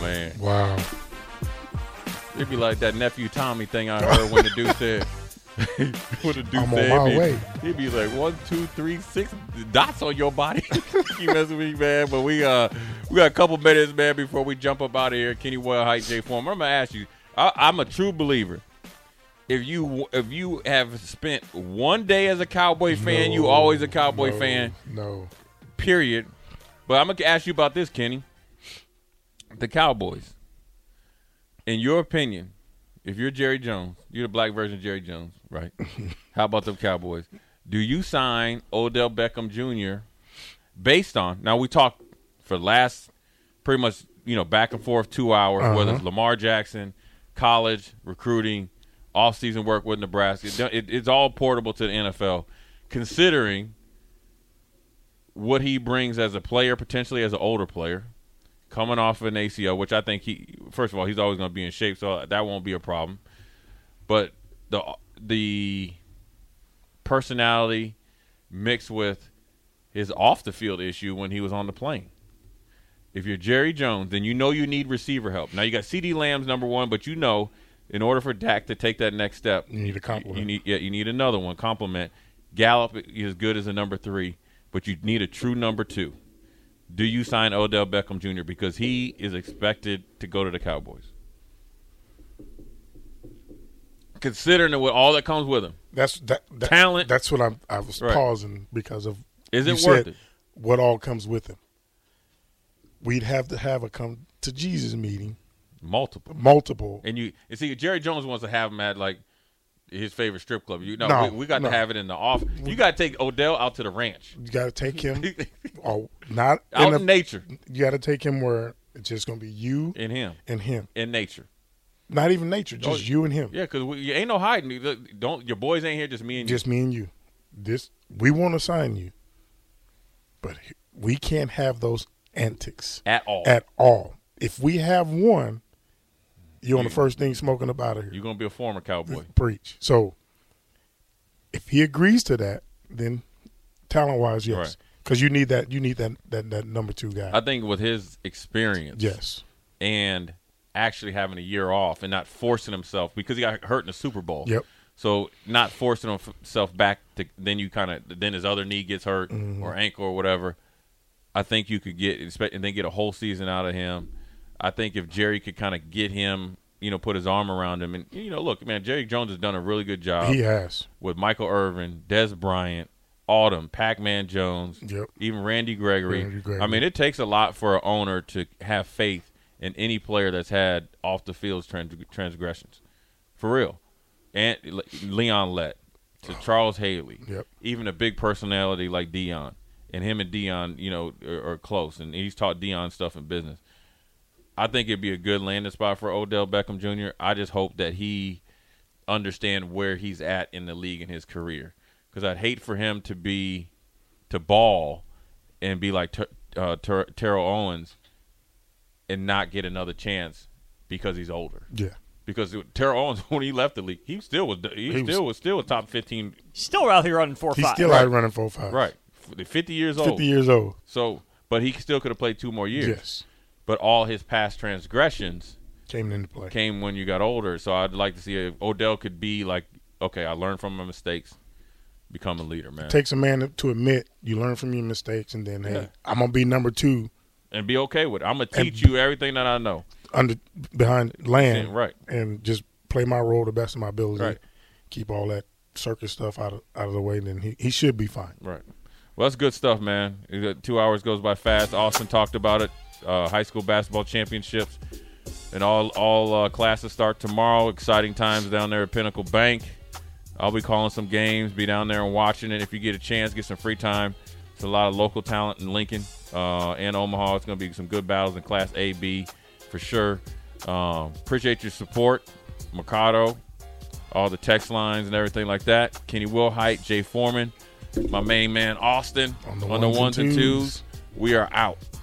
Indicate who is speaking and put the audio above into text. Speaker 1: man.
Speaker 2: Wow.
Speaker 1: It'd be like that nephew Tommy thing I heard when the dude said. when the dude
Speaker 2: I'm on
Speaker 1: said,
Speaker 2: my
Speaker 1: he'd be-
Speaker 2: way.
Speaker 1: he'd be like one, two, three, six dots on your body. you messing with me, man. But we uh we got a couple minutes, man, before we jump up out of here. Kenny Well, Height J Form. I'm gonna ask you. I, I'm a true believer. If you if you have spent one day as a Cowboy fan, you
Speaker 2: No,
Speaker 1: always a Cowboy
Speaker 2: no,
Speaker 1: fan.
Speaker 2: No.
Speaker 1: Period. But I'm gonna ask you about this, Kenny. The Cowboys. In your opinion, if you're Jerry Jones, you're the black version of Jerry Jones, right? How about them Cowboys? Do you sign Odell Beckham Jr. based on now we talked for last pretty much, you know, back and forth two hours, whether it's Lamar Jackson, college, recruiting, off season work with Nebraska. It- it- it's all portable to the NFL. Considering what he brings as a player, potentially as an older player, coming off of an ACL, which I think he first of all he's always going to be in shape, so that won't be a problem. But the the personality mixed with his off the field issue when he was on the plane. If you're Jerry Jones, then you know you need receiver help. Now you got C.D. Lamb's number one, but you know in order for Dak to take that next step,
Speaker 2: You need a compliment.
Speaker 1: you need yeah, you need another one. Compliment. Gallup is as good as a number three, but you need a true number two. Do you sign Odell Beckham Jr. because he is expected to go to the Cowboys? Considering what all that comes with him,
Speaker 2: That's that, that
Speaker 1: Talent.
Speaker 2: That's what I'm. I was
Speaker 1: Right.
Speaker 2: pausing because of.
Speaker 1: Is
Speaker 2: you
Speaker 1: it worth
Speaker 2: said
Speaker 1: it?
Speaker 2: What all comes with him? We'd have to have a come to Jesus meeting,
Speaker 1: multiple.
Speaker 2: multiple.
Speaker 1: And you and see, Jerry Jones wants to have him at like his favorite strip club. You know,
Speaker 2: No,
Speaker 1: we, we got
Speaker 2: no.
Speaker 1: to have it in the off. You got to take Odell out to the ranch,
Speaker 2: You got to take him, or not
Speaker 1: out in,
Speaker 2: in a-
Speaker 1: nature,
Speaker 2: you got to take him where it's just going to be you
Speaker 1: in him,
Speaker 2: and him.
Speaker 1: in nature.
Speaker 2: Not even nature, just
Speaker 1: Oh,
Speaker 2: you and him.
Speaker 1: Yeah, because you ain't no hiding. You look, Don't your boys ain't here? Just me and you.
Speaker 2: Just me and you. This we want to sign you, but he- we can't have those antics
Speaker 1: at all.
Speaker 2: at all. If we have one, you're on the first thing smoking up out of here.
Speaker 1: You're gonna be a former cowboy.
Speaker 2: Preach. So if he agrees to that, then talent wise,
Speaker 1: Right.
Speaker 2: yes, because you need that. You need that that, that number two guy.
Speaker 1: I think with his experience,
Speaker 2: yes.
Speaker 1: and actually having a year off and not forcing himself because he got hurt in the Super Bowl.
Speaker 2: Yep.
Speaker 1: So not forcing himself back to then you kind of then his other knee gets hurt
Speaker 2: Mm-hmm.
Speaker 1: or ankle or whatever. I think you could get and then get a whole season out of him. I think if Jerry could kind of get him, you know, put his arm around him and you know, look, man, Jerry Jones has done a really good job
Speaker 2: he has.
Speaker 1: with Michael Irvin, Des Bryant, Autumn, Pac Man Jones,
Speaker 2: Yep.
Speaker 1: even Randy Gregory.
Speaker 2: Randy Gregory.
Speaker 1: I mean, it takes a lot for an owner to have faith in any player that's had off the field trans- transgressions. For real. And Le- Leon Lett to Charles Haley,
Speaker 2: Yep.
Speaker 1: even a big personality like Dion. And him and Dion, you know, are, are close. And he's taught Dion stuff in business. I think it'd be a good landing spot for Odell Beckham Jr. I just hope that he understand where he's at in the league in his career. Because I'd hate for him to be to ball and be like Ter- uh, Ter- Terrell Owens and not get another chance because he's older.
Speaker 2: Yeah.
Speaker 1: Because Terrell Owens, when he left the league, he still was he,
Speaker 2: He was-
Speaker 1: still was still a top fifteen,
Speaker 3: Still out here running four
Speaker 2: He's
Speaker 3: five.
Speaker 2: still
Speaker 3: Right.
Speaker 2: out running four five.
Speaker 1: right? F- Fifty years
Speaker 2: Fifty
Speaker 1: old.
Speaker 2: years old.
Speaker 1: So, but he still could have played two more years.
Speaker 2: Yes.
Speaker 1: But all his past transgressions
Speaker 2: Came into play.
Speaker 1: came when you got older. So I'd like to see if Odell could be like, okay, I learned from my mistakes, become a leader, man,
Speaker 2: takes a man to admit you learn from your mistakes, and then hey,
Speaker 1: Yeah.
Speaker 2: I'm gonna be number two
Speaker 1: and be okay with it. I'm gonna
Speaker 2: And-
Speaker 1: teach you everything that I know.
Speaker 2: under behind land,
Speaker 1: Yeah, right.
Speaker 2: and just play my role the best of my ability.
Speaker 1: Right.
Speaker 2: Keep all that circus stuff out of out of the way, then he, he should be fine.
Speaker 1: Right. Well, that's good stuff, man. Uh, Two hours goes by fast. Austin talked about it. Uh, high school basketball championships and all all uh, classes start tomorrow. Exciting times down there at Pinnacle Bank. I'll be calling some games. Be down there and watching it if you get a chance. Get some free time. It's a lot of local talent in Lincoln uh, and Omaha. It's going to be some good battles in Class A, B for sure. Um, appreciate your support, Mercado, all the text lines and everything like that. Kenny Wilhite, Jay Foreman, my main man Austin
Speaker 2: On the
Speaker 1: on the
Speaker 2: ones and
Speaker 1: ones and
Speaker 2: twos.
Speaker 1: twos. We are out.